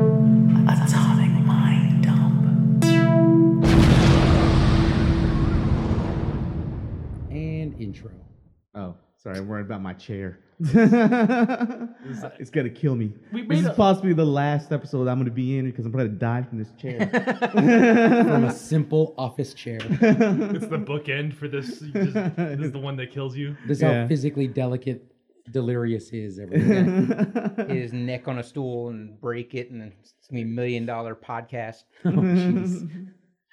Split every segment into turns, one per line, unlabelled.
Atomic mind dump.
and intro. Oh, sorry, I'm worried about my chair. it's gonna kill me.
We
this
made
is
a-
possibly the last episode I'm gonna be in because I'm gonna die from this chair.
from a simple office chair.
It's the bookend for this. You just- this is the one that kills you.
This is
Yeah.
how physically delicate delirious is every day.
his neck on a stool and break it, and it's gonna be a million dollar podcast.
Oh,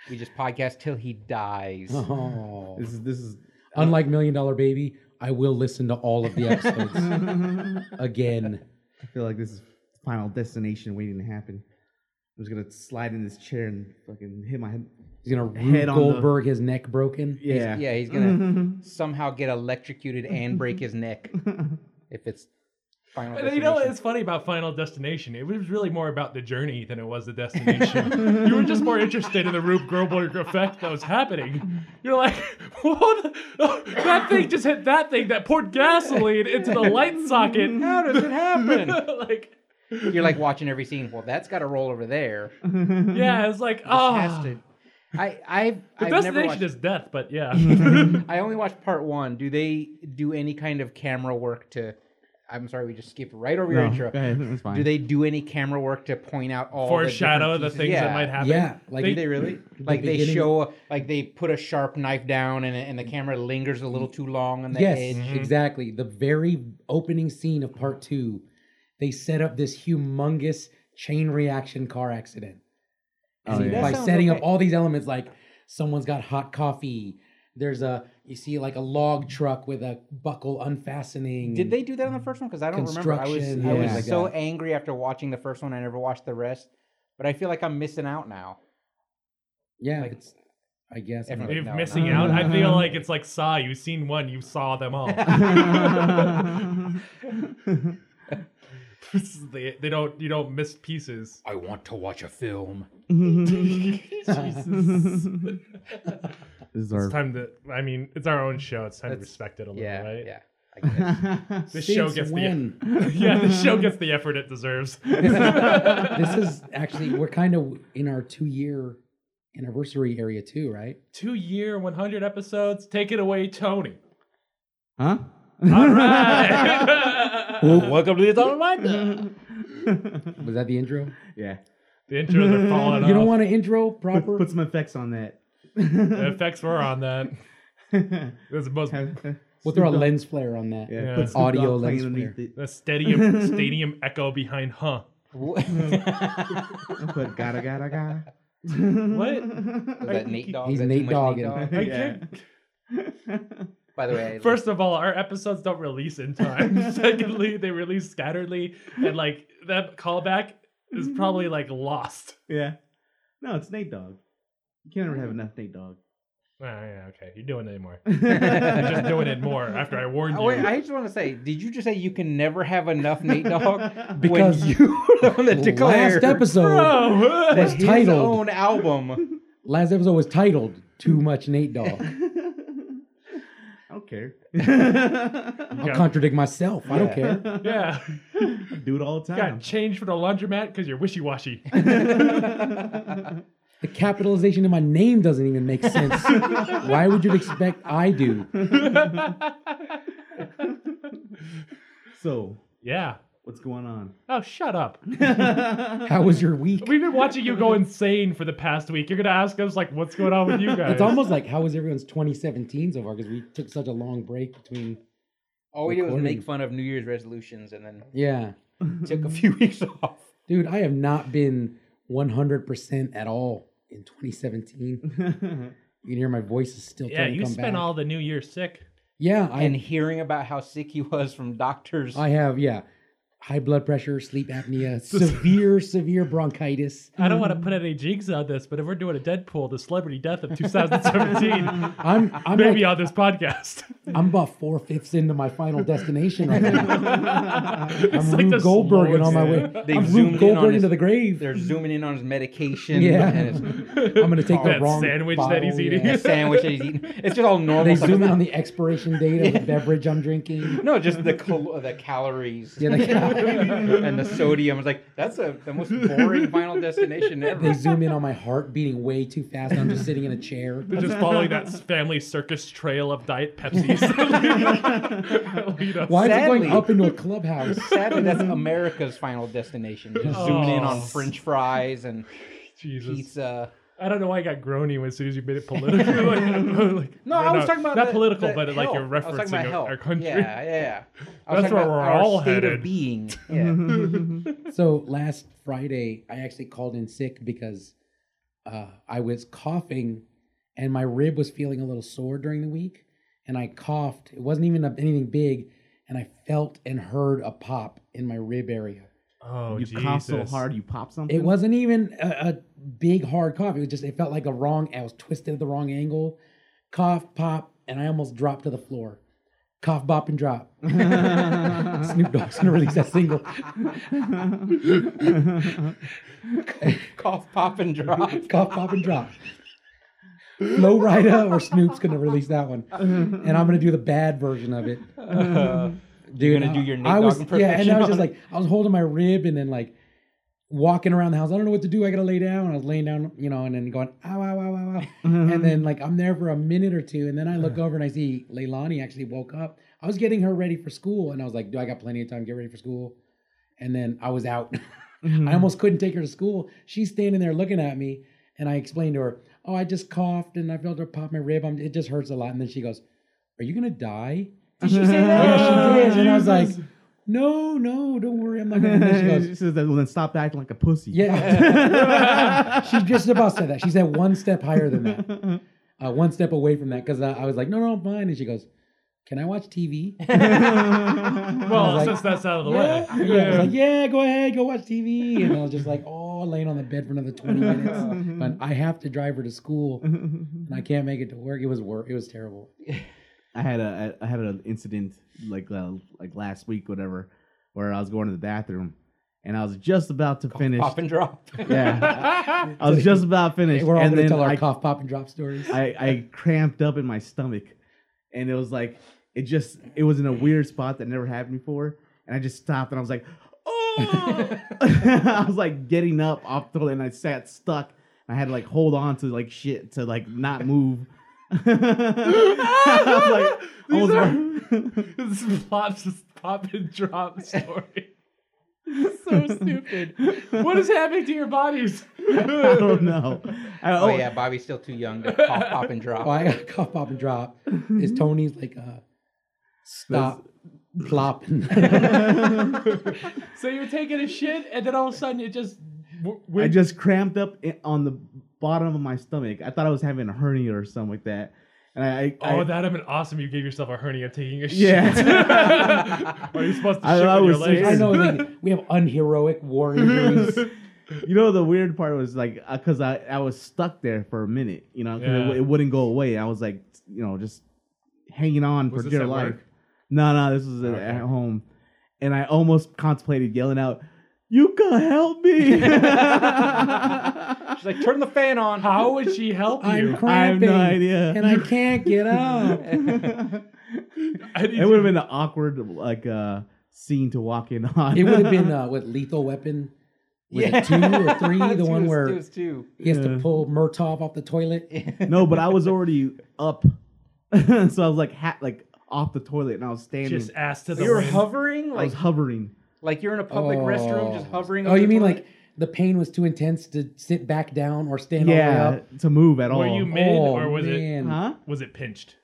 We just podcast till he dies.
oh.
this is this is
Unlike Million Dollar Baby, I will listen to all of the episodes again.
I feel like this is final destination waiting to happen. I'm just gonna slide in this chair and fucking hit my head.
He's gonna Rube
Head on the-
Goldberg his neck broken.
Yeah.
Yeah, he's gonna somehow get electrocuted and break his neck if it's final.
And you know
Destination.
what's funny about Final Destination? It was really more about the journey than it was the destination. you were just more interested in the Rube Goldberg effect that was happening. You're like, what? that thing just hit that thing that poured gasoline into the light socket.
How does it happen?
like,
You're like watching every scene. Well, that's got to roll over there.
yeah, it's like, ah.
Has to. I I
The
I've never watched.
destination is death, but yeah.
I only watched part one. Do they do any kind of camera work to? I'm sorry, we just skipped right over your
No,
intro.
go ahead, that's fine.
Do they do any camera work to point out all the different
Foreshadow the,
pieces?
things
yeah.
that might happen.
Yeah, like
Do they really like they
beginning-
show like they put a sharp knife down and and the camera lingers a little too long on the
yes,
edge.
Mm-hmm.
exactly. The very opening scene of part two, they set up this humongous chain reaction car accident.
Oh,
And
yeah.
by
That sounds
setting up
okay.
all these elements, like someone's got hot coffee. There's a you see like a log truck with a buckle unfastening.
Did they do that on the first one? Because I don't remember. I was
Construction,
I
yeah.
was so angry after watching the first one. I never watched the rest, but I feel like I'm missing out now.
Yeah,
like-
it's. I guess. uh,
Everyone-
If
No,
missing
no.
out, I feel like it's like Saw. You've seen one, you saw them all. they, they don't you don't miss pieces.
I want to watch a film.
Jesus.
this is
It's
our
time to. I mean, it's our own show. It's time to
That's-
respect it a little,
Yeah,
right?
yeah. I guess.
This show
Since
gets
when?
the yeah. The show gets the effort it deserves.
this is actually we're kind of in our two year anniversary area too, right?
Two year, one hundred episodes. Take it away, Tony.
huh?
All right.
Welcome to the Atomic Mind.
Was that the intro?
Yeah.
the intros are falling off.
You don't want an intro
Uh, Put,
proper?
put some effects on that.
the effects were on that. There's the most
we'll throw a lens flare on that.
yeah,
Yeah.
Put Snoop
Audio
Dogg playing
lens
underneath
flare.
it.
the stadium stadium echo behind. Huh?
Put gotta gotta gotta.
What?
Was that Nate Dogg?
He's
Is that too
Nate
much
Dogg.
Dogg?
I
Yeah.
can't.
By the way, I-
First of all, our episodes don't release in time. Secondly, they release scatteredly, and like that callback is probably
Mm.
like lost.
Yeah. No, it's Nate Dog. You can't ever have enough Nate Dog.
Oh, yeah, okay, you're doing it more. You're just doing it more after I warned you.
Oh, wait, I just want to say, did you just say you can never have enough Nate Dogg?
Because
when you were the one that
last
declared
episode
oh,
that
was
his
titled
own album.
last episode was titled Too Much Nate Dog.
I don't care. I
I'll
Yeah.
contradict myself. I don't
Yeah.
care.
yeah,
do it all the
got
time.
changed from the laundromat because you're wishy washy.
The capitalization in my name doesn't even make sense. Why would you expect I do?
So,
yeah.
what's going on?
Oh, shut up.
How was your week?
We've been watching you go insane for the past week. You're gonna ask us like, what's going on with you guys?
It's almost like how was everyone's 2017 so far? Because we took such a long break between.
All we did was
Recording.
make fun of New Year's resolutions and then
Yeah,
took a few weeks off.
dude, I have not been 100% at all in 2017. You can hear my voice is still
Mm-hmm. yeah.
trying to
You
come
spent
back.
all the New Year sick.
Yeah,
And
I
hearing about how sick he was from doctors.
I have yeah, high blood pressure, sleep apnea, severe severe bronchitis.
I don't want to put any jigs on this, but if we're doing a Deadpool, the celebrity death of 2017,
I'm I'm
maybe
like,
on this podcast.
I'm about four fifths into my final destination right now. I'm
like the
Rube Goldberg and
slowest-
on my way.
They've
I'm
zoomed
Rube
in
Goldberg
on his-
into the grave.
They're zooming in on his medication.
Yeah.
And his
I'm gonna take the
That
wrong
sandwich that he's
bottle,
eating.
yeah.
sandwich that he's eating. It's just all normal
They
stuff.
zoom in on the expiration date of the beverage I'm drinking.
No, just the cal- the calories.
Yeah, the
and the sodium. I was like, that's a, the most boring Final Destination
They
ever.
zoom in on my heart beating way too fast. I'm just sitting in a chair.
They're just following that family circus trail of Diet Pepsis. that lead us.
Why is it going
Sadly-
up into a clubhouse?
Sadly, that's America's Final Destination. Just zooming in on
Oh.
French fries and
Jesus.
pizza.
I don't know why I got groany as soon as you made it political. Like, like,
No, I
we're not-
was talking about
not
the-
political,
the
but like you're
health. I was talking about
referencing our,
health.
our country.
Yeah, yeah. I
That's
was talking
where
about
we're
our
all
state
headed.
Of being. Yeah.
So last Friday, I actually called in sick because uh, I was coughing and my rib was feeling a little sore during the week. And I coughed. It wasn't even anything big. And I felt and heard a pop in my rib area.
Oh,
you
Jesus.
cough so hard, you pop something.
It wasn't even a, a big hard cough. It was just, it felt like a wrong, I was twisted at the wrong angle. Cough, pop, and I almost dropped to the floor. Cough, bop, and drop. Snoop Dogg's gonna release that single.
Cough, pop, and drop.
Cough, pop, and drop. Low Rider or Snoop's gonna release that one, and I'm gonna do the bad version of it. Dude,
gonna do your Nate
I
Dogg
was yeah, and I
impersonation
was just like I was holding my rib and then like walking around the house. I don't know what to do. I gotta lay down. I was laying down, you know, and then going ow ow ow ow ow,
Mm-hmm.
and then like I'm there for a minute or two, and then I look over and I see Leilani actually woke up. I was getting her ready for school, and I was like, "Do I got plenty of time to get ready for school?" And then I was out.
Mm-hmm.
I almost couldn't take her to school. She's standing there looking at me, and I explained to her, "Oh, I just coughed and I felt her pop my rib. I'm, it just hurts a lot." And then she goes, "Are you gonna die?"
Did she say that?
Oh,
Yeah, she did. And I was like,
Jesus.
no, no, don't worry. I'm not going to. And then she
she
goes,
says that, well, then stop acting like a pussy.
yeah. she just about said that. She said one step higher than that, uh, one step away from that. Because I, I was like, no, no, I'm fine. And she goes, can I watch TV?
Well,
like,
since that's out of the
yeah.
way.
I was like, yeah, go ahead, go watch TV. And I was just like, oh, laying on the bed for another 20 minutes. But I have to drive her to school and I can't make it to work. It was work. It was terrible.
I had a I I had an incident like uh, like last week, whatever, where I was going to the bathroom, and I was just about to finish.
Pop and drop.
Yeah, I was just about finished,
We're all
and
going to
then
tell our
I,
cough, pop, and drop stories.
I I cramped up in my stomach, and it was like it just it was in a weird spot that never happened before, and I just stopped and I was like, oh, I was like getting up off the toilet, and I sat stuck. I had to like hold on to like shit to like not move. I was
These
like,
are-
almost.
this is plops, this pop and drop story.
so stupid.
what is happening to your bodies?
I don't know. I,
Oh, yeah, Bobby's still too young to cough, pop, and drop.
Oh, I got cough, pop, and drop. Is Tony's like uh stop
oh.
plopping?
So you're taking a shit, and then all of a sudden it just. w-
I
w-
just cramped up i- on the bottom of my stomach. I thought I was having a hernia or something like that. And I, I,
Oh,
I,
that'd have been awesome. You gave yourself a hernia taking a shit.
Yeah.
Are you supposed to
I-
shit
I
with your
was
legs?
I know like, we have unheroic war injuries.
you know, the weird part was like, because I, I was stuck there for a minute, you know, 'cause it, w-
Yeah.
it wouldn't go away. I was like, you know, just hanging on
Was
for
this
dear
at
life.
work?
No, no, this was at-
Okay.
at home. And I almost contemplated yelling out, Yuka, help me.
She's like, turn the fan on.
How would she help
I'm
you?
cramping
idea.
and I can't get up.
I need
It would
to-
have been an awkward like uh scene to walk in on.
It would have been uh, what Lethal Weapon was
Yeah.
it two or three? The
Two
one
is-
where
two is two.
he has to
Yeah.
pull Murtov off the toilet.
no, but I was already up, so I was like hat like off the toilet and I was standing.
just ass to the
You're
wind.
hovering
I was
like
hovering.
like you're in a public restroom, just hovering.
Oh,
over
you
the
mean
toilet?
like the pain was too intense to sit back down or stand all the
Yeah,
way up?
to move at all.
Were you mid
Oh,
or was
man.
it
Huh?
was it pinched?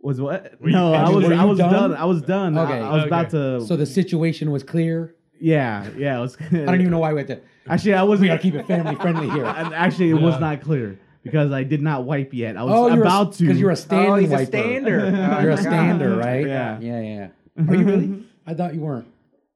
Was what?
you
No, I
finished?
was.
Were
I
you
was
done?
done? I was done. I-
Okay.
I, was about to.
So the situation was clear.
yeah, yeah. It was, I
I don't even know why we had to.
Actually, I wasn't.
We gotta keep it family friendly here.
And actually, it was
Yeah.
not clear because I did not wipe yet. I was
Oh, you're
about to.
because you're a
Oh,
standing
he's
wiper.
a stander. Oh,
You're a
my God.
stander, right?
Yeah.
yeah, yeah. Are you really? I thought you weren't.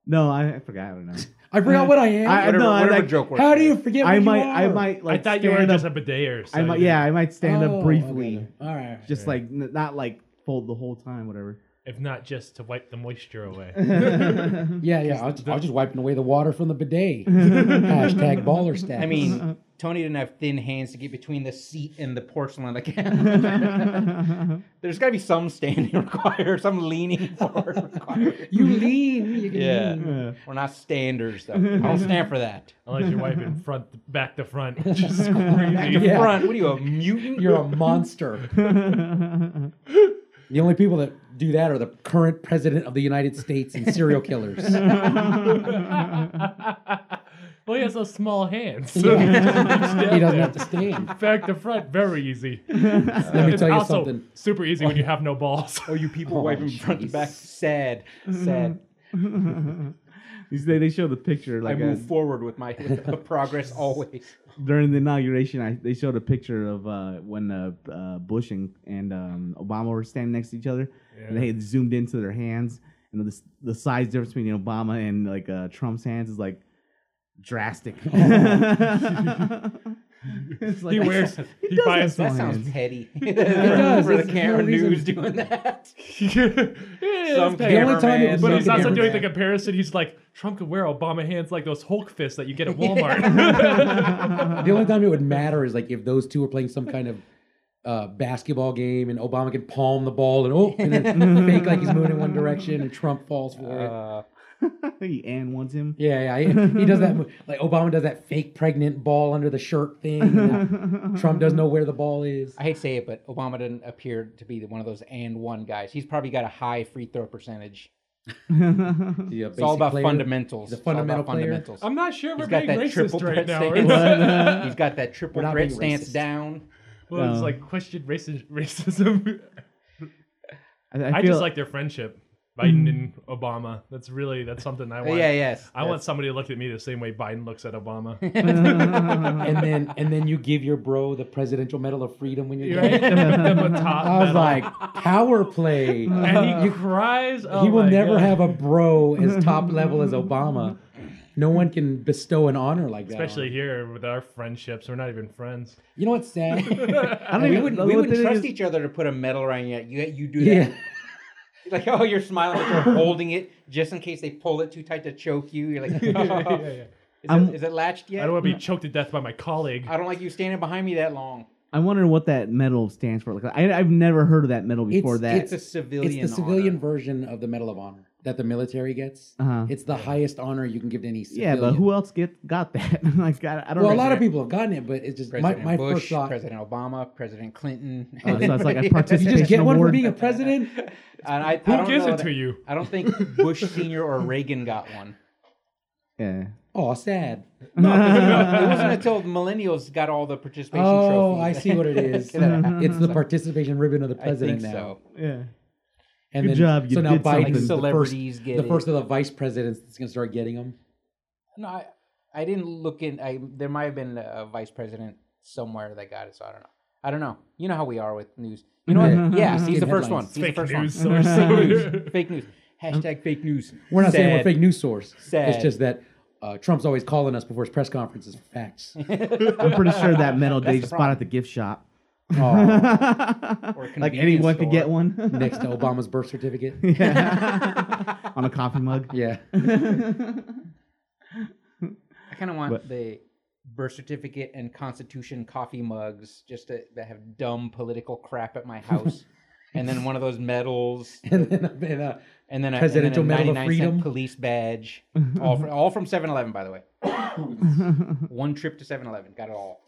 no, I, I forgot. I don't know.
I forgot what Uh, I am.
I-
Whatever,
no,
whatever
like-
joke. works
How
for
do you forget? What
I
you
might. I
are?
might. Like,
I thought you were
stand up
just a bidet or
I
something.
might, yeah, I might stand
Oh,
up briefly,
okay. All right.
just like n- not like fold the whole time, whatever.
If not just to wipe the moisture away.
Yeah, yeah. I was, I was just wiping away the water from the bidet. Hashtag baller stats.
I mean, Tony didn't have thin hands to get between the seat and the porcelain again. There's got to be some standing required, some leaning forward required.
You lean. You can
Yeah.
lean.
Yeah.
We're not standers, though. I don't stand for that.
Unless you wipe it front back to front, which is crazy.
Your
Yeah.
front, what are you, a mutant?
You're a monster. The only people that do that are the current president of the United States and serial killers.
well, he has those small hands.
he doesn't have to stand.
Back to front, very easy.
Let me
It's
tell you
also
something.
super easy when you have no balls.
Oh, you people
Oh,
wiping front to back.
jeez. Mm-hmm.
Sad. Sad.
These- they, they show the picture
I
like
move
uh,
forward with my with the progress always.
during the inauguration. I, they showed a picture of uh, when uh, uh, Bush and, and um, Obama were standing next to each other, and they had zoomed into their hands, and the, the size difference between Obama and like uh, Trump's hands is like drastic. It's like-
he wears.
He
He
does
buys.
have
That sounds
hands.
petty.
does.
For the
There's no
camera
reason-
news doing that.
Some
The only time it was
But
Some
he's also
cameraman.
doing the comparison. He's like, Trump could wear Obama hands like those Hulk fists that you get at Walmart.
The only time it would matter is like if those two were playing some kind of uh, basketball game and Obama can palm the ball and oh, and then fake like he's moving in one direction and Trump falls for it.
Uh,
he and wants him.
Yeah, yeah. He, he does that. mo- Like Obama does that fake pregnant ball under the shirt thing. and Trump doesn't know where the ball is.
I hate to say it, but Obama didn't appear to be one of those and one guys. He's probably got a high free throw percentage.
He's a
It's
basic
all about
player.
fundamentals.
He's a
It's all about
fundamental player.
fundamentals.
I'm not sure
He's
we're
got
being
that triple
racist right
threat
now.
stance.
Well,
He's got that triple
We're not
threat
being
stance
racist.
down.
it's
No.
like question raci- racism.
I,
I,
feel-
just like their friendship, Biden and Obama. That's really that's something I want.
Yeah, yes.
I want somebody to look at me the same way Biden looks at Obama.
And then and then you give your bro the Presidential Medal of Freedom when you're.
You're right?
done.
Give them a top
I was
medal.
like power play.
and he cries. Oh
he will
my
never
God.
have a bro as top level as Obama. No one can bestow an honor like that. on
Especially
him.
here with our friendships, we're not even friends.
you know what's sad?
I don't
We
even-
wouldn't,
the
we
only
wouldn't
thing
trust
is-
each other to put a medal around you. You, you do that.
yeah,
Like, oh, you're smiling, but you're holding it just in case they pull it too tight to choke you. You're like, "Oh."
Yeah, yeah, yeah.
Is,
I'm-
it, is it latched yet?
I don't want to be choked to death by my colleague.
I don't like you standing behind me that long.
I wonder what that medal stands for. Like I, I've never heard of that medal before.
It's-
that
It's a
it's
civilian.
the civilian version of the Medal of Honor that the military gets.
Uh-huh.
It's the highest honor you can give to any
yeah,
civilian.
but who else get got that? like I, I don't.
Well, a lot
know.
of people have gotten it, but it's just my,
President
my
Bush,
first thought.
President Obama, President Clinton.
Oh, so it's like a
You
participation
just get one for
award?
being a president.
And I, I
Who
don't
gives
know
it to
that-
you?
I don't think Bush Senior or Reagan got one.
Yeah.
Oh, sad.
It wasn't until millennials got all the participation
Oh, I
trophies.
see what it is. Mm-hmm.
Get that out.
it's the participation ribbon of the
I
president
think
now.
so.
Yeah.
And
Good job, you
so now
did
Biden's
something.
the first-
Celebrities get
the
it.
first of the vice presidents that's going to start getting them.
No, I, I didn't look in. I there might have been a vice president somewhere that got it. So I don't know. I don't know. You know how we are with news. You know what? Yeah, he's the
Getting
first one.
Mm-hmm. headlines.
He's
Fake
the first
news
one.
source.
fake news. Hashtag fake news.
We're not saying we're
Sad.
fake news source. It's
Sad.
just that uh, Trump's always calling us before his press conferences for facts.
I'm pretty sure that medal
That's
they
the
just bought
problem.
at the gift shop.
Oh,
Or a
like
convenience
anyone could
store.
get one
next to Obama's birth certificate.
on a coffee mug.
Yeah.
I kind of want
But-
the birth certificate and Constitution coffee mugs just to, that have dumb political crap at my house, and then one of those medals,
And then, and, uh,
and then a,
Presidential
and then a
Medal of
99 cent
Freedom.
police badge, all from, all from 7-Eleven, by the way. one trip to 7-Eleven, got it all.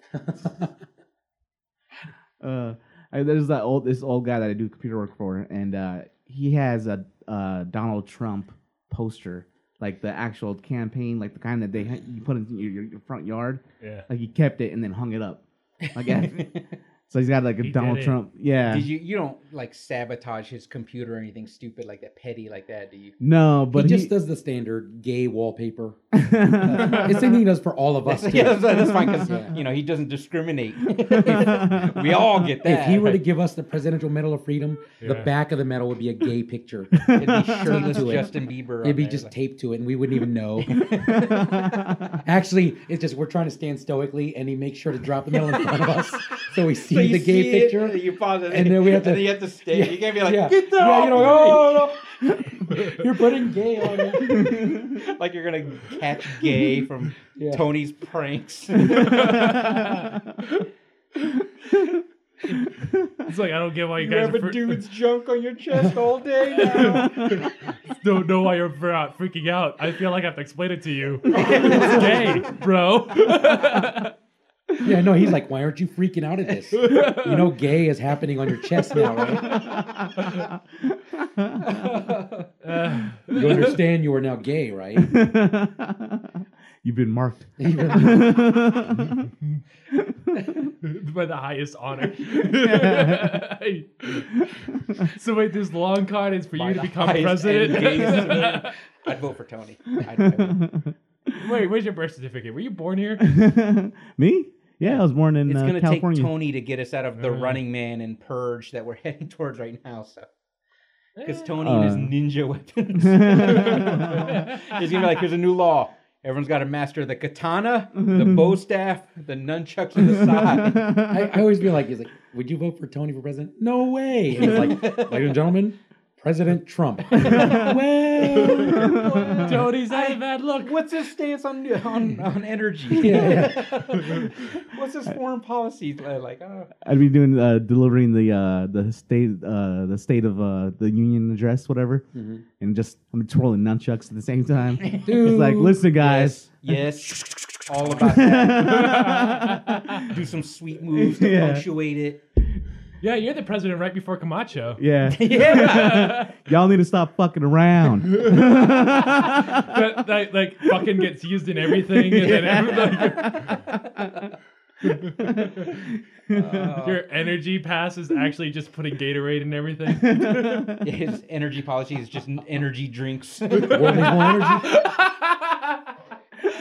Uh, I, there's that old this old guy that I do computer work for, and uh, he has a uh, Donald Trump poster, like the actual campaign, like the kind that they ha- you put in your, your, your front yard.
Yeah.
Like he kept it and then hung it up. Like after- so he's got like a
He did
Donald
it.
Trump. Yeah.
Did you you don't like sabotage his computer or anything stupid like that, petty like that, do you?
no, but
he
he,
just does the standard gay wallpaper. it's the same thing he does for all of us.
yeah,
too.
that's, that's fine because you know he doesn't discriminate. we all get that.
If he were to give us the Presidential Medal of Freedom, the
Yeah.
back of the medal would be a gay picture.
It'd be shirtless
to it.
Justin Bieber. on
It'd be
there,
just
like-
taped to it, and we wouldn't even know. Actually, it's just we're trying to stand stoically, and he makes sure to drop the medal in front of us, so we see
So
the
you
gay
see it,
picture.
you pause it,
and then we have to-
you have to stay.
Yeah,
you can't be like, oh,
yeah.
get the
Yeah,
yeah,
you
you
know,
know,
You're putting gay on it.
like you're gonna catch gay from
Yeah.
Tony's pranks.
It's like I don't get why you,
You
guys
have
are
a
fr-
dude's junk on your chest all day now.
don't know why you're fr- out- freaking out. I feel like I have to explain it to you. It's gay, bro.
Yeah, no, he's like, why aren't you freaking out at this? You know, gay is happening on your chest now, right?
Uh,
You understand you are now gay, right?
You've been marked.
by the highest honor. so wait, this long con is for
By
you to
the
become
highest
president.
and gayest man. I'd vote for Tony. I'd, I
uh,
would.
wait, where's your birth certificate? Were you born here?
Me? Yeah, I was born in
It's
uh,
gonna
California.
take Tony to get us out of the
Uh.
Running Man and Purge that we're heading towards right now. So, because
Eh.
Tony and his
Uh.
ninja weapons, he's gonna be like, "Here's a new law. Everyone's got to master the katana, the bow staff, the nunchucks on the side."
I, I always be like, he's like, would you vote for Tony for president? No way. And he's like, ladies and gentlemen, President Trump. way.
Tony's had a bad look.
What's his stance on on, on energy?
Yeah.
What's his foreign policy uh, like? I don't know.
I'd be doing uh, delivering the uh, the state uh, the state of uh, the union address, whatever, and just I'm twirling nunchucks at the same time. It's like,
Dude.
listen, guys.
Yes, all about that. Do some sweet moves to
Yeah.
punctuate it.
Yeah, you're the president right before Camacho.
yeah,
Yeah.
y'all need to stop fucking around.
That, that, like fucking gets used in everything, and then everybody, your energy pass is actually just putting Gatorade in everything.
His energy policy is just n- energy drinks.
World needs more energy.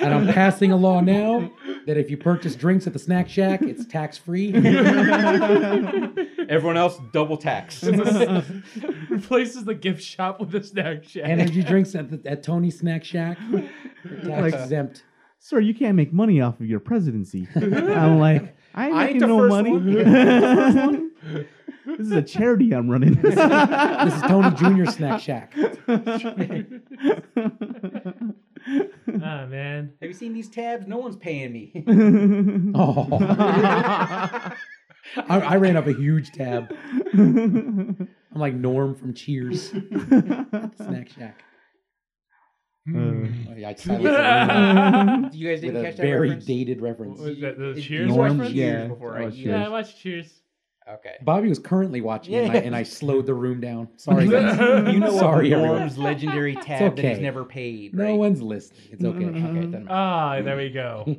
And I'm passing a law now that if you purchase drinks at the snack shack, it's tax free.
Everyone else double tax.
Replaces the gift shop with a snack shack.
Energy drinks at, the, at Tony's snack shack, tax exempt.
Sir, you can't make money off of your presidency. I'm like, I ain't
I
making
ain't the
no
first
money.
one.
this is a charity I'm running.
This is Tony Jr. snack shack.
Ah, man.
Have you seen these tabs? No one's paying me.
Oh. I, I ran up a huge tab. I'm like Norm from Cheers. Snack Shack. Oh, yeah, I silence everyone
You
with
guys didn't
a
catch that
very
reference?
dated reference.
Was that the
You-
Cheers
you watched
reference?
Cheers
Yeah.
before,
Oh,
right?
Yeah, I
Cheers.
watched Cheers.
Okay.
Bobby was currently watching, and, I, and I slowed the room down. Sorry, guys.
You know
Sorry,
Sorry,
everyone.
Norm's legendary tab that he's
okay.
never paid.
No
right?
one's listening. It's okay.
Okay, it doesn't matter.
Ah, there we go.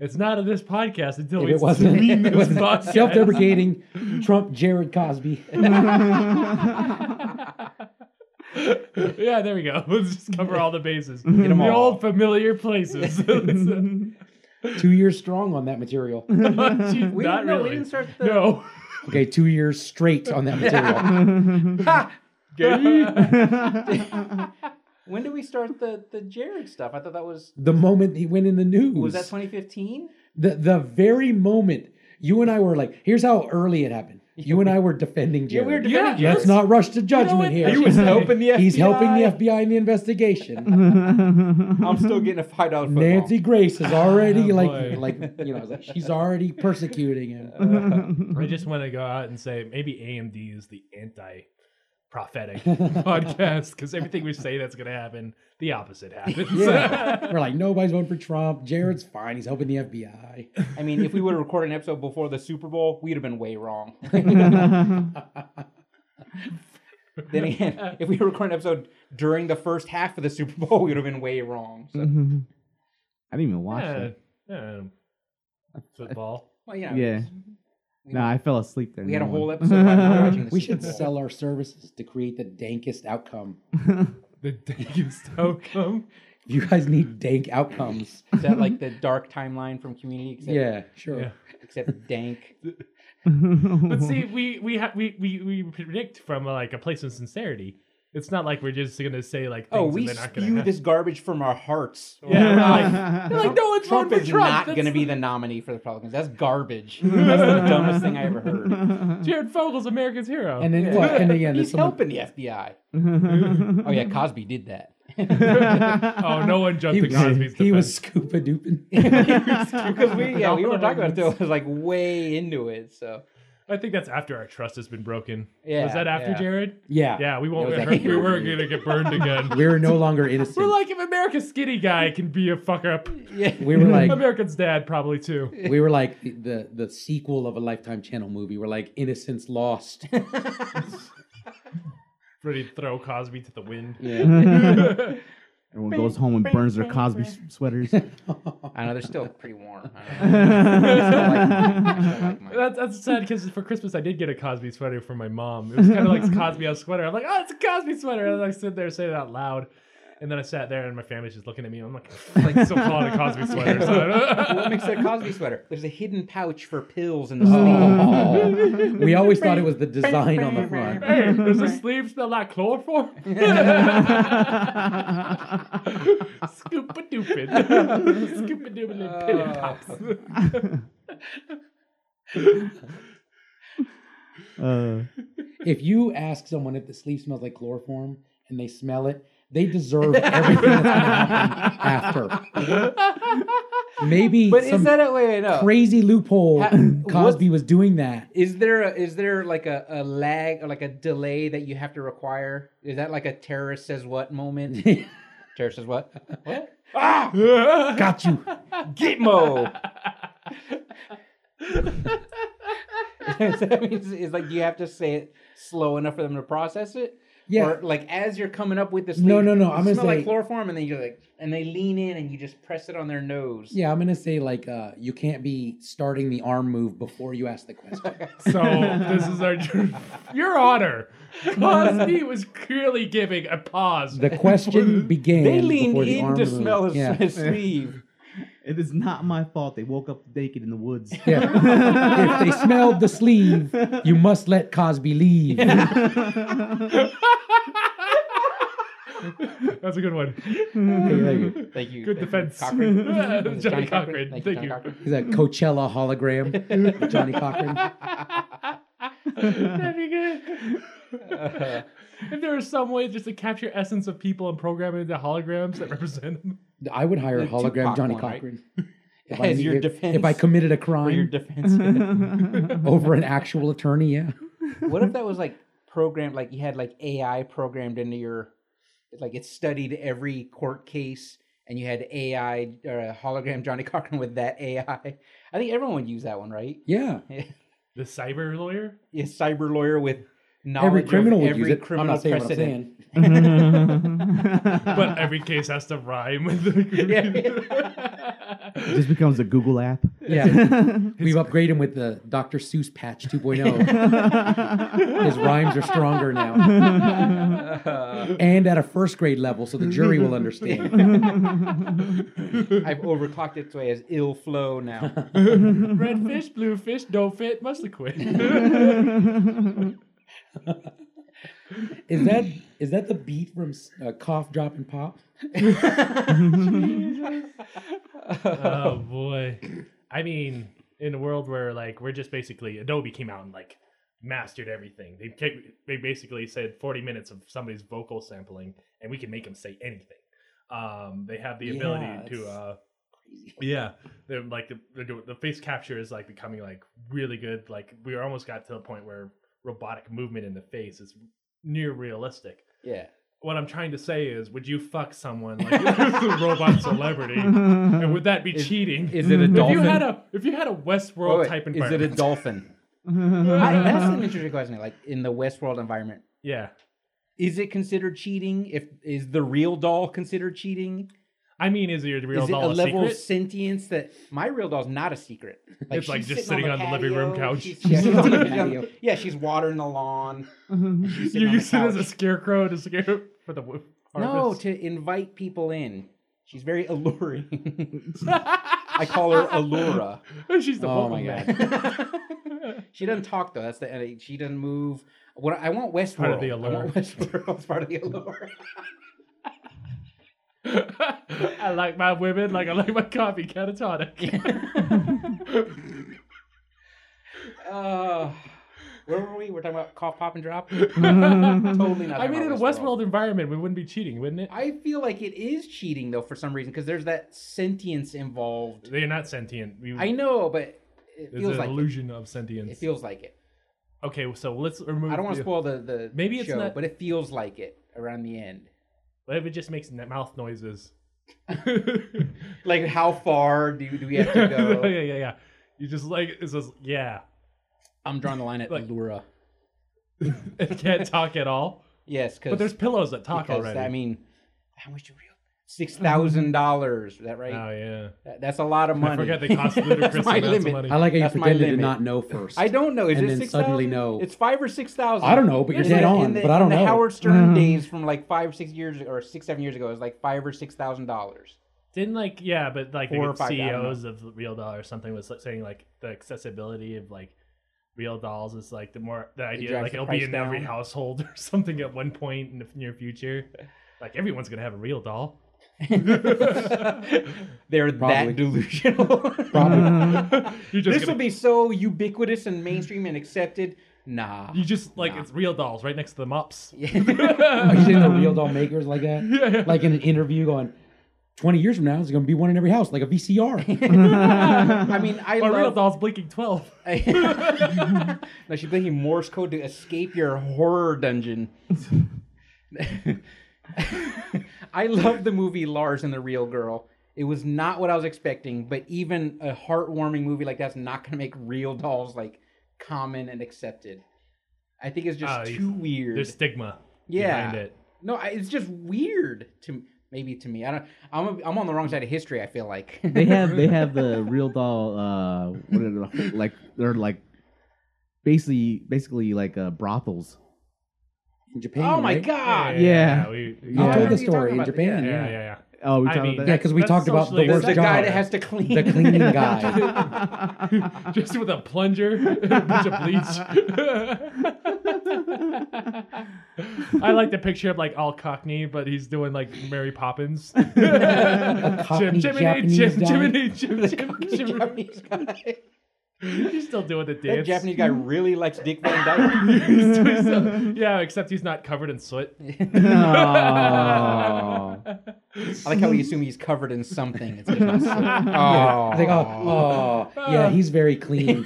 It's not of this podcast until
If
it's
it wasn't,
in
it
this
wasn't
podcast.
self-deprecating Trump, Jared Cosby.
yeah, there we go. Let's just cover all the bases.
them
the
all.
old familiar places.
two years strong on that material.
We
we not
didn't, no,
really.
we didn't start the.
no.
Okay, two years straight on that material.
When did we start the the Jared stuff? I thought that was
The moment he went in the news.
was that 2015.
the the very moment you and I were like, here's how early it happened. You and I were defending
Yeah,
Jared.
we were
Yeah,
defending Jared.
Let's not rush to
what?
judgment
You
here.
was helping
the
He's helping the FBI in the investigation.
I'm still getting a five dollar football.
Nancy Grace is already
Oh,
like
boy.
like you know like she's already persecuting him.
Mm-hmm.
I just want to go out and say maybe AMD is the anti prophetic podcast because everything we say that's going to happen, the opposite happens.
Yeah. We're like nobody's voting for Trump. Jared's fine. He's helping the FBI.
I mean, if we would have recorded an episode before the Super Bowl, we'd have been way wrong. then again, if we were recording an episode during the first half of the Super Bowl, we would have been way wrong. So,
I didn't even watch
Yeah,
it.
yeah. Football.
well, you know,
Yeah. No, I fell asleep there.
we had a
no
whole
one-
episode about not watching the
We
Super
should
Bowl.
sell our services to create the dankest outcome.
The dankest outcome.
If you guys need dank outcomes,
Is that like the dark timeline from Community? Except,
yeah, sure.
Yeah.
Except dank.
uh, But see, we we ha- we, we we predict from like a place of sincerity. It's not like we're just gonna say like things
Oh,
and
we
they're not gonna
spew
happen.
this garbage from our hearts.
Yeah, we're like,
Like,
they're like, no, it's
Trump
vote for
is
Trump.
not
That's
going to be the nominee for the Republicans. That's garbage. That's the dumbest thing I ever heard.
Jared Fogel's America's hero.
And then what? And again, there's
He's
someone-
helping the FBI. Oh yeah, Cosby did that.
oh, no one jumped
He
to Cosby's
was, he was
defense.
scuba duping.
because we yeah we were talking about it. Though. I was like way into it. So
I think that's after our trust has been broken.
Yeah,
was that after
yeah.
Jared?
yeah.
Yeah, we won't.
It was
we
like-
we were gonna get burned again.
We were no longer innocent.
We're like if America's skinny guy can be a fuck up,
yeah,
we were like
America's dad probably too.
we were like the the sequel of a Lifetime Channel movie. We're like Innocence Lost.
Ready to throw Cosby to the wind.
Everyone goes home and burns their Cosby s- sweaters.
I don't know they're still pretty warm. I don't know. I still like mine.
That's, that's sad because for Christmas I did get a Cosby sweater from my mom. It was kind of like Cosby House sweater. I'm like, oh, it's a Cosby sweater. And I sit there saying it out loud. And then I sat there and my family's just looking at me. I'm like, like still calling it a Cosby sweater. So I don't-
what makes it a Cosby sweater? There's a hidden pouch for pills in the
Oh.
sleeve.
Oh.
we always thought it was the design on the front.
hey, does the sleeve smell like chloroform? Scoop a doopin. Scoop a doopin and pin it pops.
Uh,
If you ask someone if the sleeve smells like chloroform and they smell it, they deserve everything that's gonna happen after. Maybe
But
some
is that a wait? wait no.
crazy loophole
Ha-
Cosby was doing that.
Is there a, is there like a, a lag or like a delay that you have to require? Is that like a terrorist says what moment? terrorist says what? What?
Got you.
Gitmo. it's, it's like you have to say it slow enough for them to process it.
Yeah.
Or like as you're coming up with this.
No, no, no,
it
I'm gonna
smell
say-
like chloroform, and then you're like, and they lean in, and you just press it on their nose.
Yeah, I'm gonna say like uh, you can't be starting the arm move before you ask the question.
So this is our your honor. Cosby was clearly giving a pause.
The question began.
They leaned
before the
in
arm
to
move.
smell his,
Yeah.
his sleeve.
it is not my fault they woke up naked in the woods.
Yeah. if they smelled the sleeve, you must let Cosby leave.
That's a good one.
Thank you.
Good
thank you,
defense.
Cochran.
Johnny, Cochran.
Johnny Cochran.
Thank,
Johnny
you.
Cochran.
He's a Coachella hologram, Johnny Cochran.
That'd be good. if there was some way just to capture essence of people and program it into holograms that represent them.
I would hire a hologram
Tupac
Johnny
one, right?
Cochran. If
As your
if-
defense.
if I committed a
For your
crime
defense.
over an actual attorney, yeah.
What if that was like programmed, like you had like AI programmed into your, like it studied every court case, and you had AI or a hologram Johnny Cochran with that AI. I think everyone would use that one, right?
Yeah.
The cyber lawyer?
A cyber lawyer with knowledge.
Every criminal
of
would
every
use it.
Criminal
I'm not saying what I'm
precedent.
saying.
But every case has to rhyme with the
It just becomes a Google app.
Yeah. We've upgraded him with the Dr. Seuss patch 2.0. His rhymes are stronger now. and at a first grade level, so the jury will understand.
I've overclocked it so it has ill flow now.
Red fish, blue fish, don't fit, must have quit.
Is that is that the beat from uh, Cough, Drop, and Pop?
oh boy. I mean, in a world where like we're just basically Adobe came out and like mastered everything. They ca- they basically said 40 minutes of somebody's vocal sampling and we can make them say anything. Um they have the
Yeah,
ability to
it's
uh yeah, they're like the, they're doing, the face capture is like becoming like really good. Like we almost got to the point where robotic movement in the face is near realistic
yeah.
what I'm trying to say is, would you fuck someone like if it was a robot celebrity? And would that be cheating?
Is it a
if you
dolphin?
had a if you had a Westworld
Wait, wait,
type
is it
environment?
a dolphin? I, that's an interesting question. Like in the Westworld environment,
yeah,
is it considered cheating? If is the real doll considered cheating?
I mean, is your real
is it
doll
a level
secret?
of sentience that my real doll's not a secret?
It's like
she's
just sitting on the living room couch.
she's- yeah, she's on the patio. Yeah, she's watering the lawn. She's sitting
you
on the
use it as a
couch.
scarecrow to scare for the wo-
no
harvest.
to invite people in. She's very alluring. I call her Allura.
She's the
Oh my
Pokemon.
she doesn't talk though. That's the uh, she doesn't move. What I want Westworld.
Part of the
I want Westworld. It's part of the allure.
I like my women like I like my coffee catatonic.
Uh, where were we? We're talking about cough, pop, and drop.
totally
not
I mean,
about
in a
Westworld.
Westworld environment, we wouldn't be cheating, wouldn't it?
I feel like it is cheating though for some reason because there's that sentience involved.
They're not sentient. We,
I know, but it
Mm. There's
feels
an
like it.
illusion of sentience.
it feels like it.
okay, so let's remove.
I don't want to
the-
spoil the the
Maybe it's
show,
not-
but it feels like it around the end.
What if it just makes n- mouth noises?
Like how far do do we have to
yeah,
go?
yeah, yeah. You just like it says, yeah.
I'm drawing the line at
Like-
Allura.
It can't talk at all.
Yes, because
But there's pillows that talk
because,
already. Mm-hmm.
I mean, how much you real? Six thousand dollars. Is that right?
oh yeah.
That- That's a lot of money.
forgot they cost ludicrous
That's my
amounts of
limit.
money.
I like how you
That's my
pretended to
limit.
not know first.
I don't know. Is
And
it
then
six
suddenly
thousand?
know.
It's five or six thousand.
I don't know, but you're
In
dead
the-
on.
in the-
but I don't know.
in
Mm-hmm.
The Howard Stern days from like five, six years or six, seven years ago, it was like five or six thousand dollars.
Didn't like yeah, but like
Four or
the
five, I don't know.
CEOs of Real Doll or something was like, saying like the accessibility of like Real Dolls is like the more the idea
drives
like
the
it'll be
price
in every
down.
household or something at one point in the near future. Like everyone's gonna have a real doll.
They're
Probably.
that delusional.
Probably.
You just
this
gonna-
will be so ubiquitous and mainstream and accepted. Nah.
you just like it's real dolls right next to the mops.
Are you saying the real doll makers like that?
yeah.
Like in an interview going, 20 years from now, there's going to be one in every house, like a VCR.
I mean, I
My real
love.
doll's blinking twelve.
no, she's blinking Morse code to escape your horror dungeon. I love the movie Lars and the Real Girl. It was not what I was expecting, but even a heartwarming movie like that's not going to make real dolls like common and accepted. I think it's just
Oh, you-
too weird.
There's stigma
yeah,
behind it.
no, I, it's just weird to maybe to me. I don't. I'm a, I'm on the wrong side of history. I feel like
they have they have the real doll uh what are they, like they're like basically basically like uh brothels
in Japan.
oh my
right?
god.
Yeah.
we, we-
You
You
Yeah.
told
What are
the
you
story in
talking about?
Japan.
yeah,
Yeah.
yeah, yeah.
oh we
I
talking
mean-
about
Yeah,
that
because we
That's
talked about
socially
the worst
The
acceptable.
guy
job.
that has to clean.
The cleaning guy.
just with a plunger, a bunch of bleach. I like the picture of like all Cockney, but he's doing like Mary Poppins. Jim,
Cockney
Jiminy,
Japanese
Jim,
guy.
Jiminy, Jim, Jim, Jim.
Japanese guy.
He's still doing the
That
dance.
Japanese guy really likes Dick Van Dyke.
He's doing some- yeah, except he's not covered in soot.
Oh.
I like how we assume he's covered in something. It's just not-
I
oh,
think, oh, oh, yeah, he's very clean.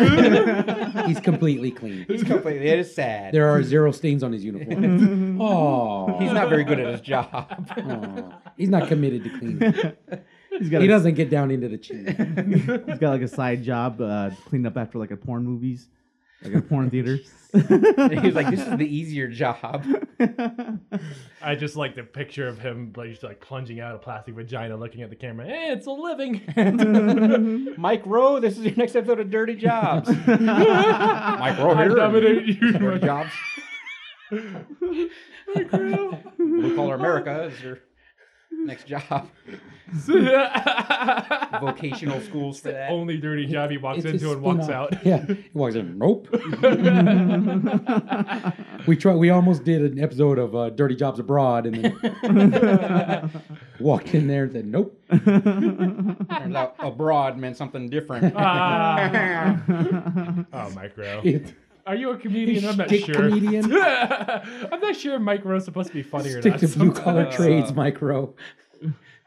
he's completely clean.
he's completely. It is sad.
There are zero stains on his uniform. oh,
he's not very good at his job.
oh, he's not committed to cleaning.
he's got
He
a-
doesn't get down into the chin.
he's got like a side job uh cleaned up after like a porn movies like a porn theater
He's like, this is the easier job.
I just like the picture of him, like, just like plunging out a plastic vagina, looking at the camera. Hey, it's a living.
Mike Rowe, this is your next episode of Dirty Jobs. Mike Rowe
I
here.
nominate
Dirty
you.
Jobs. Blue Collar America is your next job. Vocational schools for that.
Only dirty job he walks
It's his
into and walks
spin-off.
out.
Yeah, he walks in. Nope. we try. We almost did an episode of uh, Dirty Jobs Abroad, and then walked in there and said, "Nope."
Turns out abroad meant something different.
Ah. oh, Mike Rowe.
It's
Are you a comedian? I'm not
Dick
sure.
comedian.
I'm not sure if Mike Rowe's supposed to be funny or
Stick
not.
to blue collar
sometimes.
trades, micro.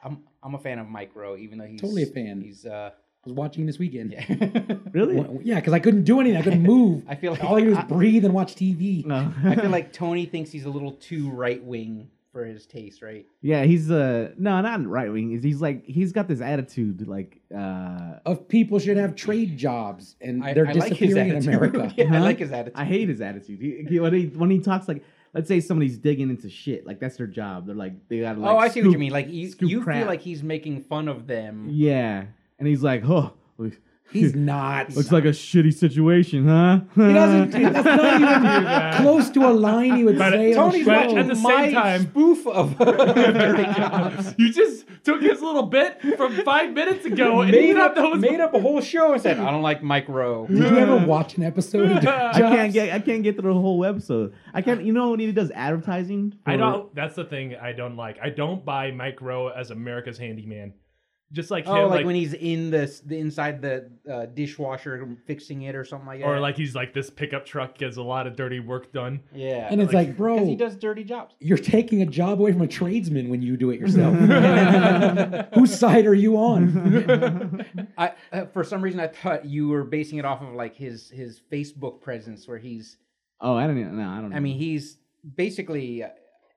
I'm I'm a fan of Mike Rowe, even though he's
Totally a fan.
He's uh,
I was watching this weekend. Yeah,
really
because I couldn't do anything. I couldn't move.
I feel like-
all I could do was breathe and watch TV.
no
I feel like Tony thinks he's a little too right wing for his taste, right?
yeah he's uh no not right wing he's like he's got this attitude like uh
Of people should have trade jobs, and
I,
they're
I like his
disappearing in
attitude.
America.
yeah, I
Huh?
like his attitude.
I hate his attitude. He, he- when he when he talks like, let's say somebody's digging into shit, like that's their job. They're like they gotta. Like,
oh, I see what you
scoop-
mean. Like you,
scoop
you feel
crap.
like he's making fun of them.
Yeah, and he's like, oh,
He's not.
Looks like a shitty situation, huh?
he doesn't. That's not even close to a line he would
But
say. on a
Tony's watch
show.
at the same
My
time-
spoof of Dirty Jobs.
you just took his little bit from five minutes ago and
made
you thought
up,
that was
made up a whole show and said, "I don't like Mike Rowe."
Did you ever watch an episode? Of
I
I can't get I can't get through the whole episode. I can't. You know when he does advertising?
I
for-
don't. That's the thing I don't like. I don't buy Mike Rowe as America's handyman. Just like
Oh,
him,
like, when he's in the, the inside the uh, dishwasher fixing it or something like that.
or like he's like this pickup truck gets a lot of dirty work done.
yeah,
And it's
Like-
like,
because he
bro,
does dirty jobs.
you're taking a job away from a tradesman when you do it yourself. Whose side are you on?
I uh, for some reason I thought you were basing it off of like his his Facebook presence where he's.
Oh, I don't. even- No, I don't. Know.
I mean, he's basically. Uh,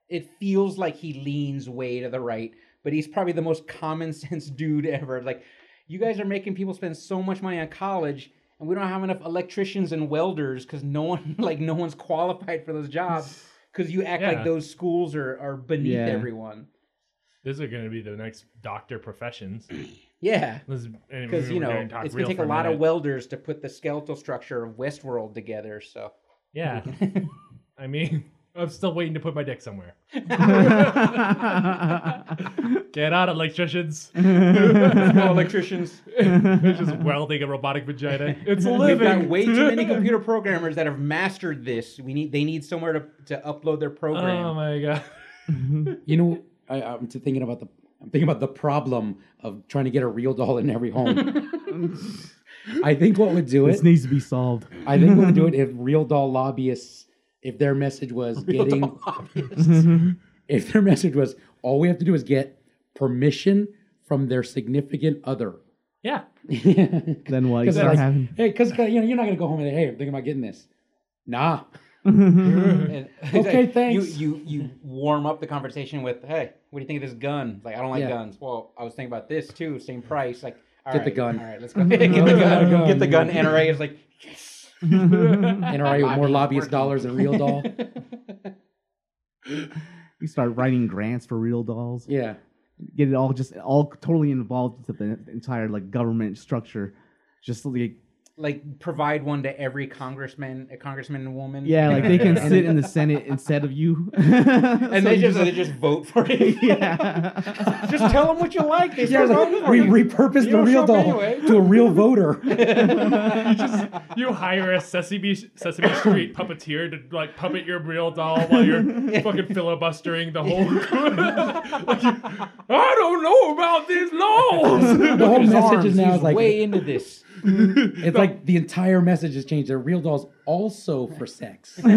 it feels like he leans way to the right, but he's probably the most common sense dude ever. Like, you guys are making people spend so much money on college. And we don't have enough electricians and welders because no one, like, no one's qualified for those jobs. Because you act
Yeah.
like those schools are are beneath
Yeah.
everyone.
This is going to be the next doctor professions.
Yeah,
Because
because you know it's gonna take a lot of welders to put the skeletal structure of Westworld together. So
Yeah. I mean, I'm still waiting to put my dick somewhere. Get out, electricians.
no electricians.
it's just welding a robotic vagina. It's
We've
living.
got way too many computer programmers that have mastered this. We need they need somewhere to, to upload their program.
Oh my god.
you know, I, I'm t- thinking about the. I'm thinking about the problem of trying to get a real doll in every home. I think what would do it.
this needs to be solved.
I think we'll do it if real doll lobbyists, if their message was getting, if their message was all we have to do is get permission from their significant other.
Yeah.
Because
Then what? You
they're
start
like,
having.
hey, because you know you're not gonna go home and hey, I'm thinking about getting this. Nah,
And- it's
Okay,
like,
thanks.
You, you you warm up the conversation with, hey, what do you think of this gun? Like I don't like
Yeah.
guns. Well, I was thinking about this too, same price. Like all
Get the
right,
gun.
All right, let's go. get, the gun, get the gun. NRA is like, yes.
NRA with more lobbyist dollars than real doll.
You start writing grants for real dolls.
Yeah,
Get it all just all totally involved into the entire like government structure. Just like
like provide one to every congressman, a congressman and woman.
yeah, like they can sit in the Senate instead of you. and
and they just they just vote for it.
yeah.
just tell them what you like. They
yeah. it's
start voting
Like,
for
we
you.
repurposed
You
the
don't
real
show
doll
up anyway.
to a real voter.
You hire a Sesame Sesame Street puppeteer to like puppet your real doll while you're fucking filibustering the whole. Like, I don't know about these laws.
The whole
His
message
arms,
is now
he's
is like
way into this.
It's like the entire message has changed. The real doll's also for sex. oh.
I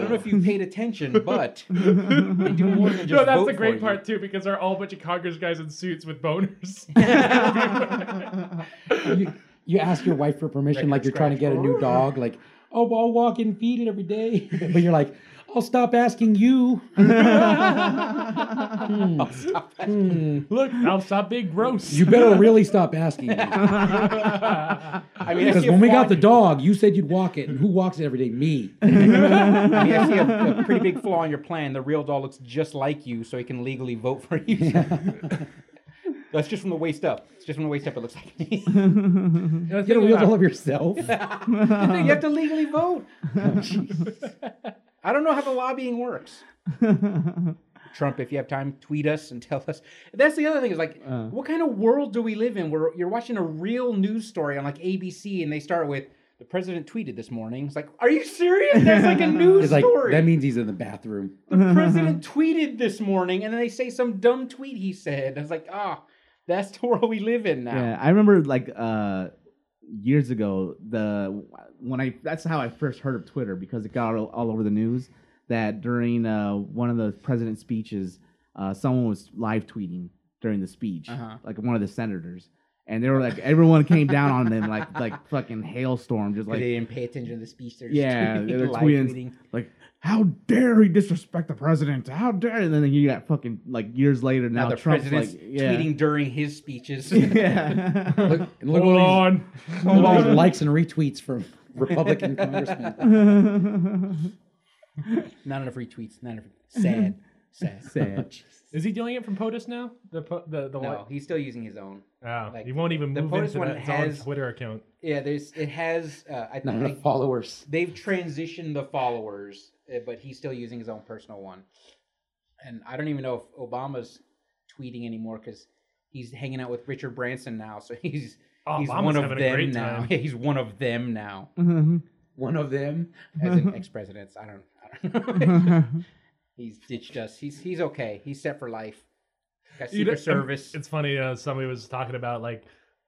don't know if you paid attention, but they do more than just
No, that's
vote
the
for
great
you.
part too, because they're all a bunch of Congress guys in suits with boners.
you, you ask your wife for permission, like you're trying to get a new dog, like, oh, well, I'll walk and feed it every day. But you're like, I'll stop asking you. Hmm. Hmm.
Look, I'll stop being gross.
You better really stop asking me.
I mean, I
Because
see a
when we
flaw
got the
in-
dog, you said you'd walk it. And who walks it every day? Me.
I, mean, I see a, a pretty big flaw in your plan. The real doll looks just like you, so he can legally vote for you. That's just from the waist up. It's just from the waist up. It looks like me. you
Get a real doll of yourself.
have to legally vote. I don't know how the lobbying works. Trump, if you have time, tweet us and tell us. That's the other thing is like,
Uh.
what kind of world do we live in where you're watching a real news story on like ABC and they start with the president tweeted this morning? It's like, are you serious? That's like a news
It's like,
story.
that means he's in the bathroom.
the president tweeted this morning, and then they say some dumb tweet he said. I was like, ah, that's the world we live in now.
Yeah, I remember like uh years ago the when I that's how I first heard of Twitter because it got all, all over the news that during uh one of the president's speeches uh someone was live tweeting during the speech
Uh-huh.
like one of the senators and they were like everyone came down on them like like fucking hailstorm just
'Cause
like
they didn't pay attention to the speech. They're just
yeah
tweeting,
they're
live
tweeting,
tweeting.
like how dare he disrespect the president how dare and then you got fucking like years later now,
Now the
Trump's
president's
like yeah.
tweeting during his speeches.
yeah.
Look, and look at
Hold
all
on.
these, look at all these likes and retweets from Republican congressmen.
Not enough retweets. Not enough. Sad. Oh,
Sad.
Sad.
Jesus.
Is he doing it from POTUS now? The po- the the
No,
light.
he's still using his own.
Oh,
like,
he won't even
the
move
POTUS
into
one
that
has-
has... Twitter account.
Yeah, there's it has. Uh, I
Not
think
enough
like,
followers.
they've transitioned the followers, uh, but he's still using his own personal one. And I don't even know if Obama's tweeting anymore because he's hanging out with Richard Branson now, so he's
Oh,
he's
Obama's
one of
having a
them
great
now.
time.
Yeah, he's one of them now.
One of them.
As an ex president, I don't. I don't know. he's ditched us. He's he's okay. He's set for life. Got Secret
You know,
Service.
It's funny. Uh, somebody was talking about like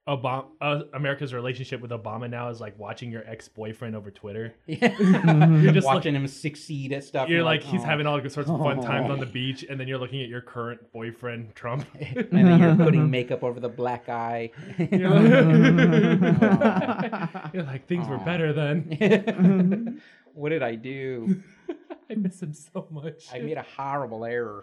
Obama, uh, America's relationship with Obama now is like watching your ex boyfriend over Twitter.
Mm-hmm.
Yeah.
You're just
watching him succeed at stuff.
like,
and
you're like he's
"Oh."
having all sorts of fun times
Oh.
on the beach, and then you're looking at your current boyfriend Trump.
and then you're putting makeup over the black eye.
You're like, You're like, things were
Aw.
better then.
Mm-hmm.
what did I do?
I miss him so much.
I made a horrible error.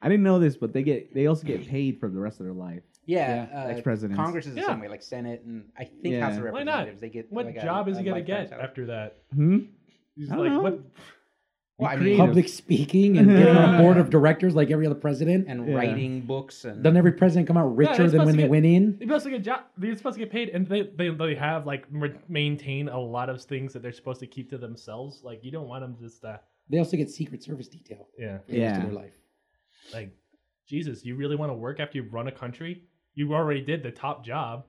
I didn't know this, but they get they also get paid for the rest of their life.
Yeah,
Yeah,
uh,
ex-presidents.
Congress is the
Yeah.
same way, like Senate and I think House of
Yeah.
Why not?
Representatives. They get
what
like a-
job is
a
he gonna
lifetime
get
salary.
after that?
Hmm?
He's
I
like,
don't know.
what?
Well, I mean,
creative.
Public speaking and getting on a
Yeah.
board of directors like every other president.
and
Yeah.
writing books and
Doesn't every president come out richer
they're
than
supposed
when
to
they
get-
went in?
They're supposed to get job. They're supposed to get paid, and they they, they have like re- maintain a lot of things that they're supposed to keep to themselves. Like you don't want them just to.
They also get Secret Service detail
Yeah.
for the rest of
Yeah.
their life.
Like, Jesus, you really want to work after you run a country? You already did the top job.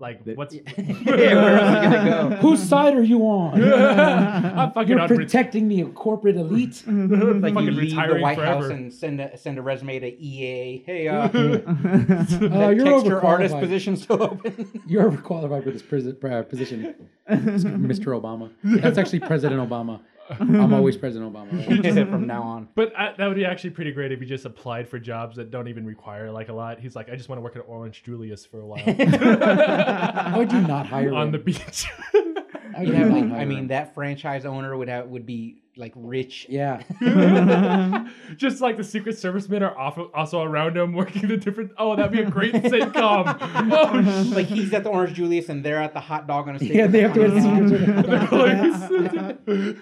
Like,
The-
what's?
Yeah, where else are we gonna
Whose side are you on?
I'm fucking
You're
on ret-
protecting the corporate elite.
go? like you
fucking
leave the
retiring
White House
forever.
and send a, send a resume to EA. Hey, uh,
Uh,
that
you're
texture artist
overqualified.
position still open?
You're overqualified for this prison, uh, position, Mr. Obama. That's actually President Obama. I'm always President Obama. right?
From now on,
But I, that would be actually pretty great if you just applied for jobs that don't even require like a lot. He's like, I just want to work at Orange Julius for a while
How would you not hire
on
him?
the beach.
How would
You'd
you
have,
not
like,
hire
I mean,
him?
that franchise owner would have would be like rich.
yeah.
just like the Secret Service men are off, also around him working the different. Oh, that'd be a great sitcom. Oh,
Like he's at the Orange Julius and they're at the hot dog on a stick.
Yeah, they have to have Secret Service.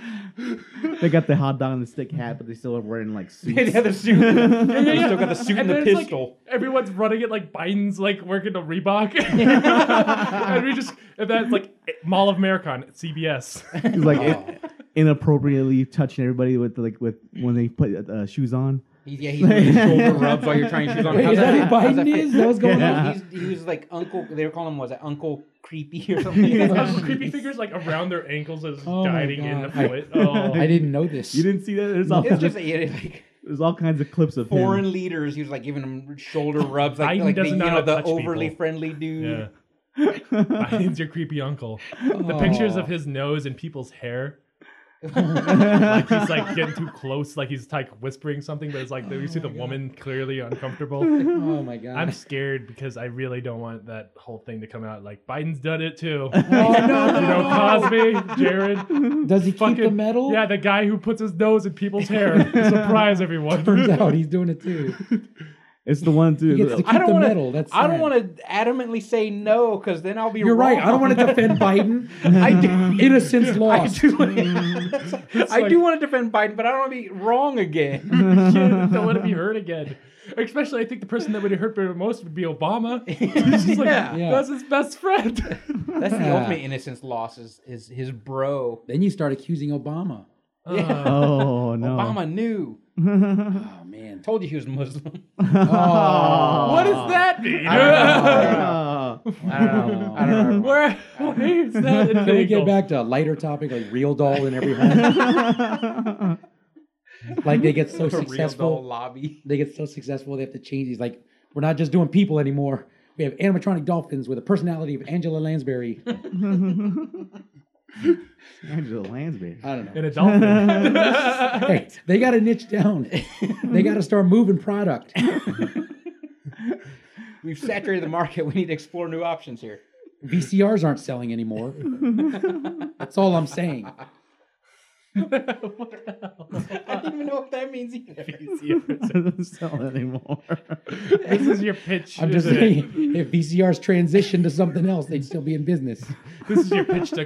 they got the hot dog and the stick hat, but they still are wearing like suits.
They have the suit. They still got the suit and, the
then it's like,
pistol.
everyone's running it like Biden's like working the Reebok, and we just and that's like Mall of America on CBS.
He's like in- inappropriately touching everybody with like with when they put uh, shoes on.
He's, yeah, he's doing shoulder rubs while you're trying to shoes on.
Wait,
How's
is that who
how's
Biden
fit?
is? Is that what's going
Yeah.
He's, he was like Uncle. They were calling him was it Uncle Creepy or something?
These little creepy figures like around their ankles as
Oh my
guiding in the
God. I-
foot. Oh.
I didn't know this.
You didn't see that? There's all
It's
kinds
just
of,
yeah, like
there's all kinds of clips of
foreign
him.
leaders. He was like giving them shoulder rubs, like,
Biden
like the,
doesn't
you
know how
know
to
the
touch people.
overly friendly dude.
yeah. Biden's your creepy uncle.
Oh.
The pictures of his nose and people's hair. like he's like getting too close, like he's like whispering something, but it's like you see the woman clearly uncomfortable.
Oh my god.
I'm scared because I really don't want that whole thing to come out. Like Biden's done it too.
Oh, no,
you
no,
know,
no.
Cosby, Jared,
Does he keep
fucking
the medal?
Yeah, the guy who puts his nose in people's hair. to Surprise everyone.
Turns out he's doing it too.
It's the one
He
dude.
gets to keep
I don't
the
want
medal.
to.
That's
I don't
sad.
want to adamantly say no because then I'll be.
You're right. I don't want to
wrong.
defend Biden.
I do.
Innocence lost.
I do. I
like-
do want to defend Biden, but I don't want to be wrong again.
Yeah, don't want to be hurt again. Especially, I think the person that would hurt the most would be Obama. He's just like,
Yeah.
Yeah.
That's his best friend.
That's the
Yeah.
ultimate innocence loss is, is his bro.
Then you start accusing Obama.
Uh,
Oh no!
Obama knew.
Oh man.
Told you he was Muslim.
Oh.
what does that mean?
Oh.
I don't know. I don't know.
Where, where is that?
Can we
illegal?
get back to a lighter topic like real doll in every home? like they get so
A real doll
successful.
lobby.
They get so successful they have to change these. Like we're not just doing people anymore. We have animatronic dolphins with a personality of Angela Lansbury.
Angela Lansbury.
I don't know.
In a dolphin.
Hey, they got to niche down. they got to start moving product.
We've saturated the market. We need to explore new options here.
VCRs aren't selling anymore. That's all I'm saying.
I don't even know what that means either.
Doesn't sell anymore.
this is your pitch.
I'm just
isn't it?
saying, if VCRs transitioned to something else, they'd still be in business.
This is your pitch to
To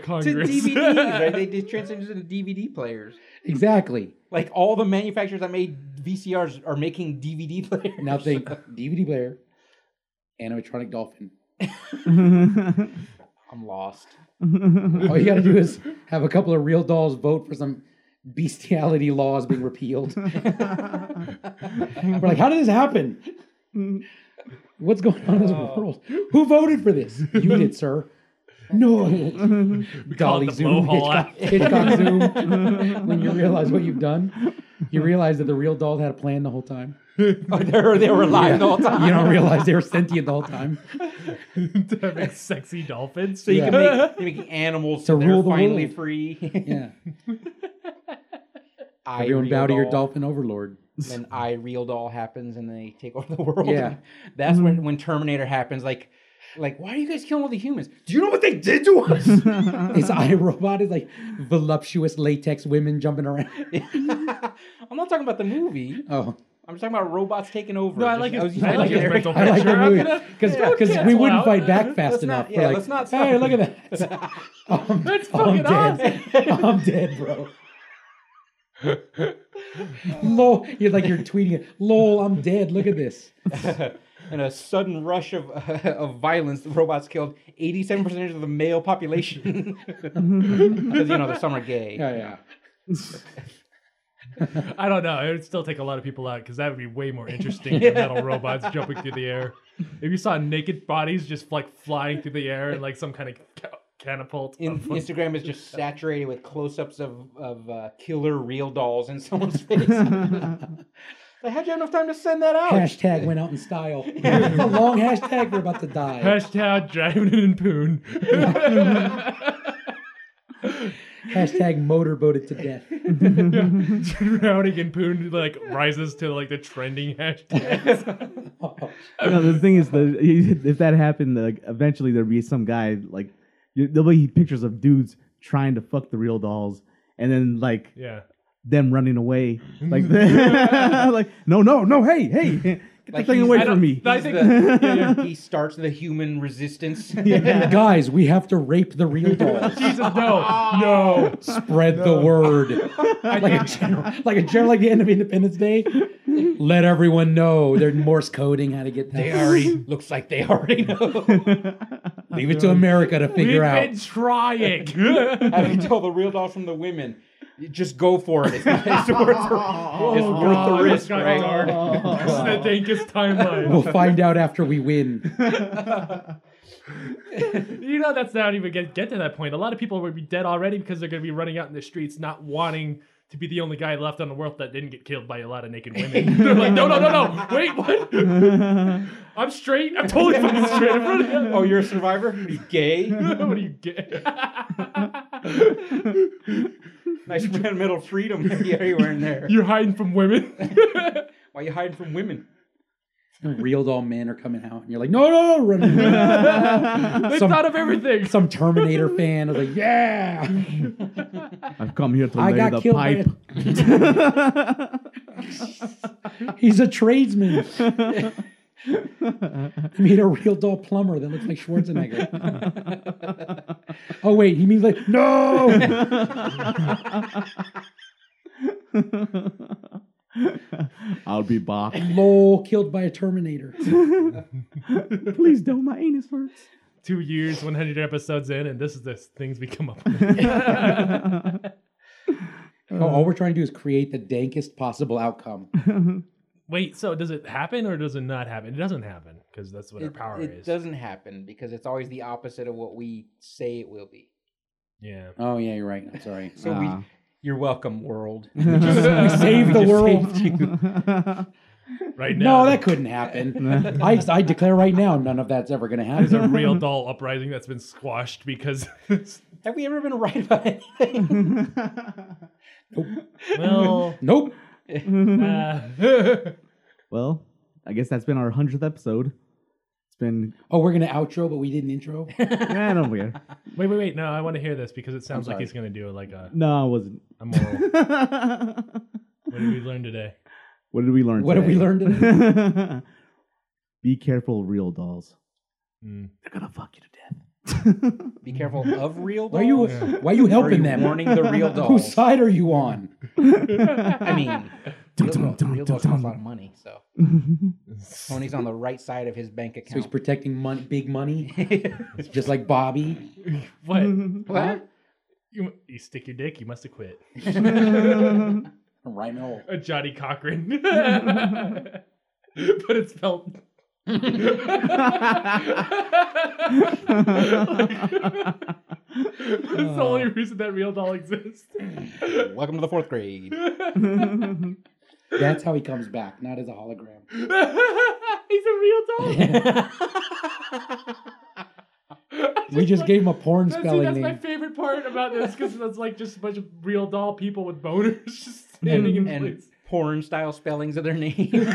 Congress.
DVDs, right? They did transition to the DVD players.
Exactly.
Like all the manufacturers that made VCRs are making DVD players.
Now think DVD player, animatronic dolphin.
I'm lost.
All you gotta do is have a couple of real dolls vote for some bestiality laws being repealed. We're like, how did this happen? What's going on in this world? Who voted for this? You did, sir. No,
call it
Dolly
the
Zoom,
blowhole
Hitchcock, Hitchcock Zoom. when you realize what you've done, you realize that the real doll had a plan the whole time.
Oh, they were, they were live the whole time.
You don't realize they were sentient the whole time.
to make sexy dolphins.
So you
Yeah.
can make you're making animals so
To
they're
rule the
finally
world.
free.
Yeah,
I
everyone bow to your
doll.
dolphin overlord.
Then I real doll happens and they take over the world.
Yeah. Mm-hmm.
that's when when Terminator happens. Like, like why are you guys killing all the humans? Do you know what they did to us?
It's iRobot is like voluptuous latex women jumping around.
I'm not talking about the movie.
Oh,
I'm just talking about robots taking over.
No, I
Just-
like
was
his,
using
I
my
like his
generic-
mental
I like
picture.
the
I'm
movie
gonna-
because
yeah,
we
cancel
wouldn't
out.
fight back fast
Let's
enough.
not,
We're
yeah,
like,
let's not.
Hey, look at that! I'm,
That's
I'm
fucking
dead. I'm dead, bro. Lol, you're like you're tweeting it. Lol, I'm dead. Look at this.
Oh, in a sudden rush of of violence, the robots killed 87 percent of the male population.
Mm-hmm.
Because you know some are gay.
Yeah, yeah.
I don't know. It would still take a lot of people out because that would be way more interesting than metal robots jumping through the air. If you saw naked bodies just like flying through the air and like some kind of ca- catapult. Oh,
In,
of-
Instagram is just saturated with close-ups of of uh, killer real dolls in someone's face. like, how'd you have enough time to send that out?
Hashtag went out in style. It's a long hashtag. We're about to die.
Hashtag driving it in poon.
Hashtag motorboated to death.
Drowning in poon like rises to like the trending hashtag.
no, the thing is, the if that happened, like eventually there'd be some guy like you, there'll be pictures of dudes trying to fuck the real dolls, and then like
Yeah.
them running away, like like no, no, no, hey, hey, get
Like
the thing
he's-
away
I
from me.
I
He's
think
the- He starts the human resistance.
Guys, we have to rape the real dolls.
Jesus, no, no.
Spread the word. like a general, like a general, like the end of Independence Day. Let everyone know they're Morse coding how to get
They
that.
already looks like they already know.
Leave it to America to
We've
figure out.
been trying. Oh,
How do you tell the real dolls from the women? You Just go for it. It's, it's worth, it's worth
God,
the
Oh, this
risk,
got
right?
dark. This is the dankest timeline.
We'll find out after we win.
You know, that's not even get get to that point. A lot of people would be dead already because they're going to be running out in the streets, not wanting to be the only guy left on the world that didn't get killed by a lot of naked women. they're like, no, no, no, no, wait, what? I'm straight. I'm totally fucking straight. I'm running.
Oh, you're a survivor? Are you gay?
Oh,
what do you get?
Nice grand metal freedom everywhere in there.
You're hiding from women.
Why you hiding from women?
Real doll men are coming out, and you're like, no, no, no, run. run."
they
Some-
thought of everything.
Some Terminator fan is like, yeah,
I've come here to
I
lay
got
the
killed. By
pipe.
a- He's a tradesman. He made a real doll plumber that looks like Schwarzenegger. oh wait, he means like no.
I'll be back.
Lol, killed by a Terminator.
Please don't, my anus hurts.
Two years, 100 episodes in, and this is the things we come up with.
Oh, all we're trying to do is create the dankest possible outcome.
Wait, so does it happen or does it not happen? It doesn't happen because that's what our
It,
power
it
is.
doesn't happen because it's always the opposite of what we say it will be.
Yeah.
Oh yeah, you're right. I'm sorry.
So
Ah.
we, you're welcome, world.
we saved the
We just
world.
saved you.
Right now.
No, that couldn't happen. I, I declare right now, none of that's ever going to
There's a
happen.
real doll uprising that's been squashed because,
Have we ever been right about anything?
well,
Nope.
uh,
Well, I guess that's been our hundredth episode. It's been
Oh, we're going to outro, but we didn't intro.
I don't care.
wait, wait, wait. No, I want to hear this because it sounds like
sorry.
he's going to do like a,
No, I wasn't.
a moral. what did we learn today?
what did we learn?
What did we learn today?
learn? Be careful, real dolls.
Mm. Hmm.
They're gonna fuck you to death.
Be careful of real
Why
dogs.
are you
Oh, Yeah.
why are you helping
you
them?
warning the real
Whose
dolls?
side are you on?
I mean,
Dum,
real,
dum,
dogs-
dum, dum,
real dogs cost a
dum.
lot of money, so Tony's on the right side of his bank
So he's
account.
protecting money, big money, just like Bobby.
what?
what?
You, you stick your dick, you must have quit.
Right now,
Uh, Johnny Cochran. but it's spelled. That's the only reason that real doll exists.
Welcome to the fourth grade.
that's how he comes back, not as a hologram.
He's a real doll.
we just
like-
gave him a porn
That's, see,
spelling
that's my
name.
favorite part about this because that's like just a bunch of real doll people with boners just standing in
and
place.
porn style spellings of their names.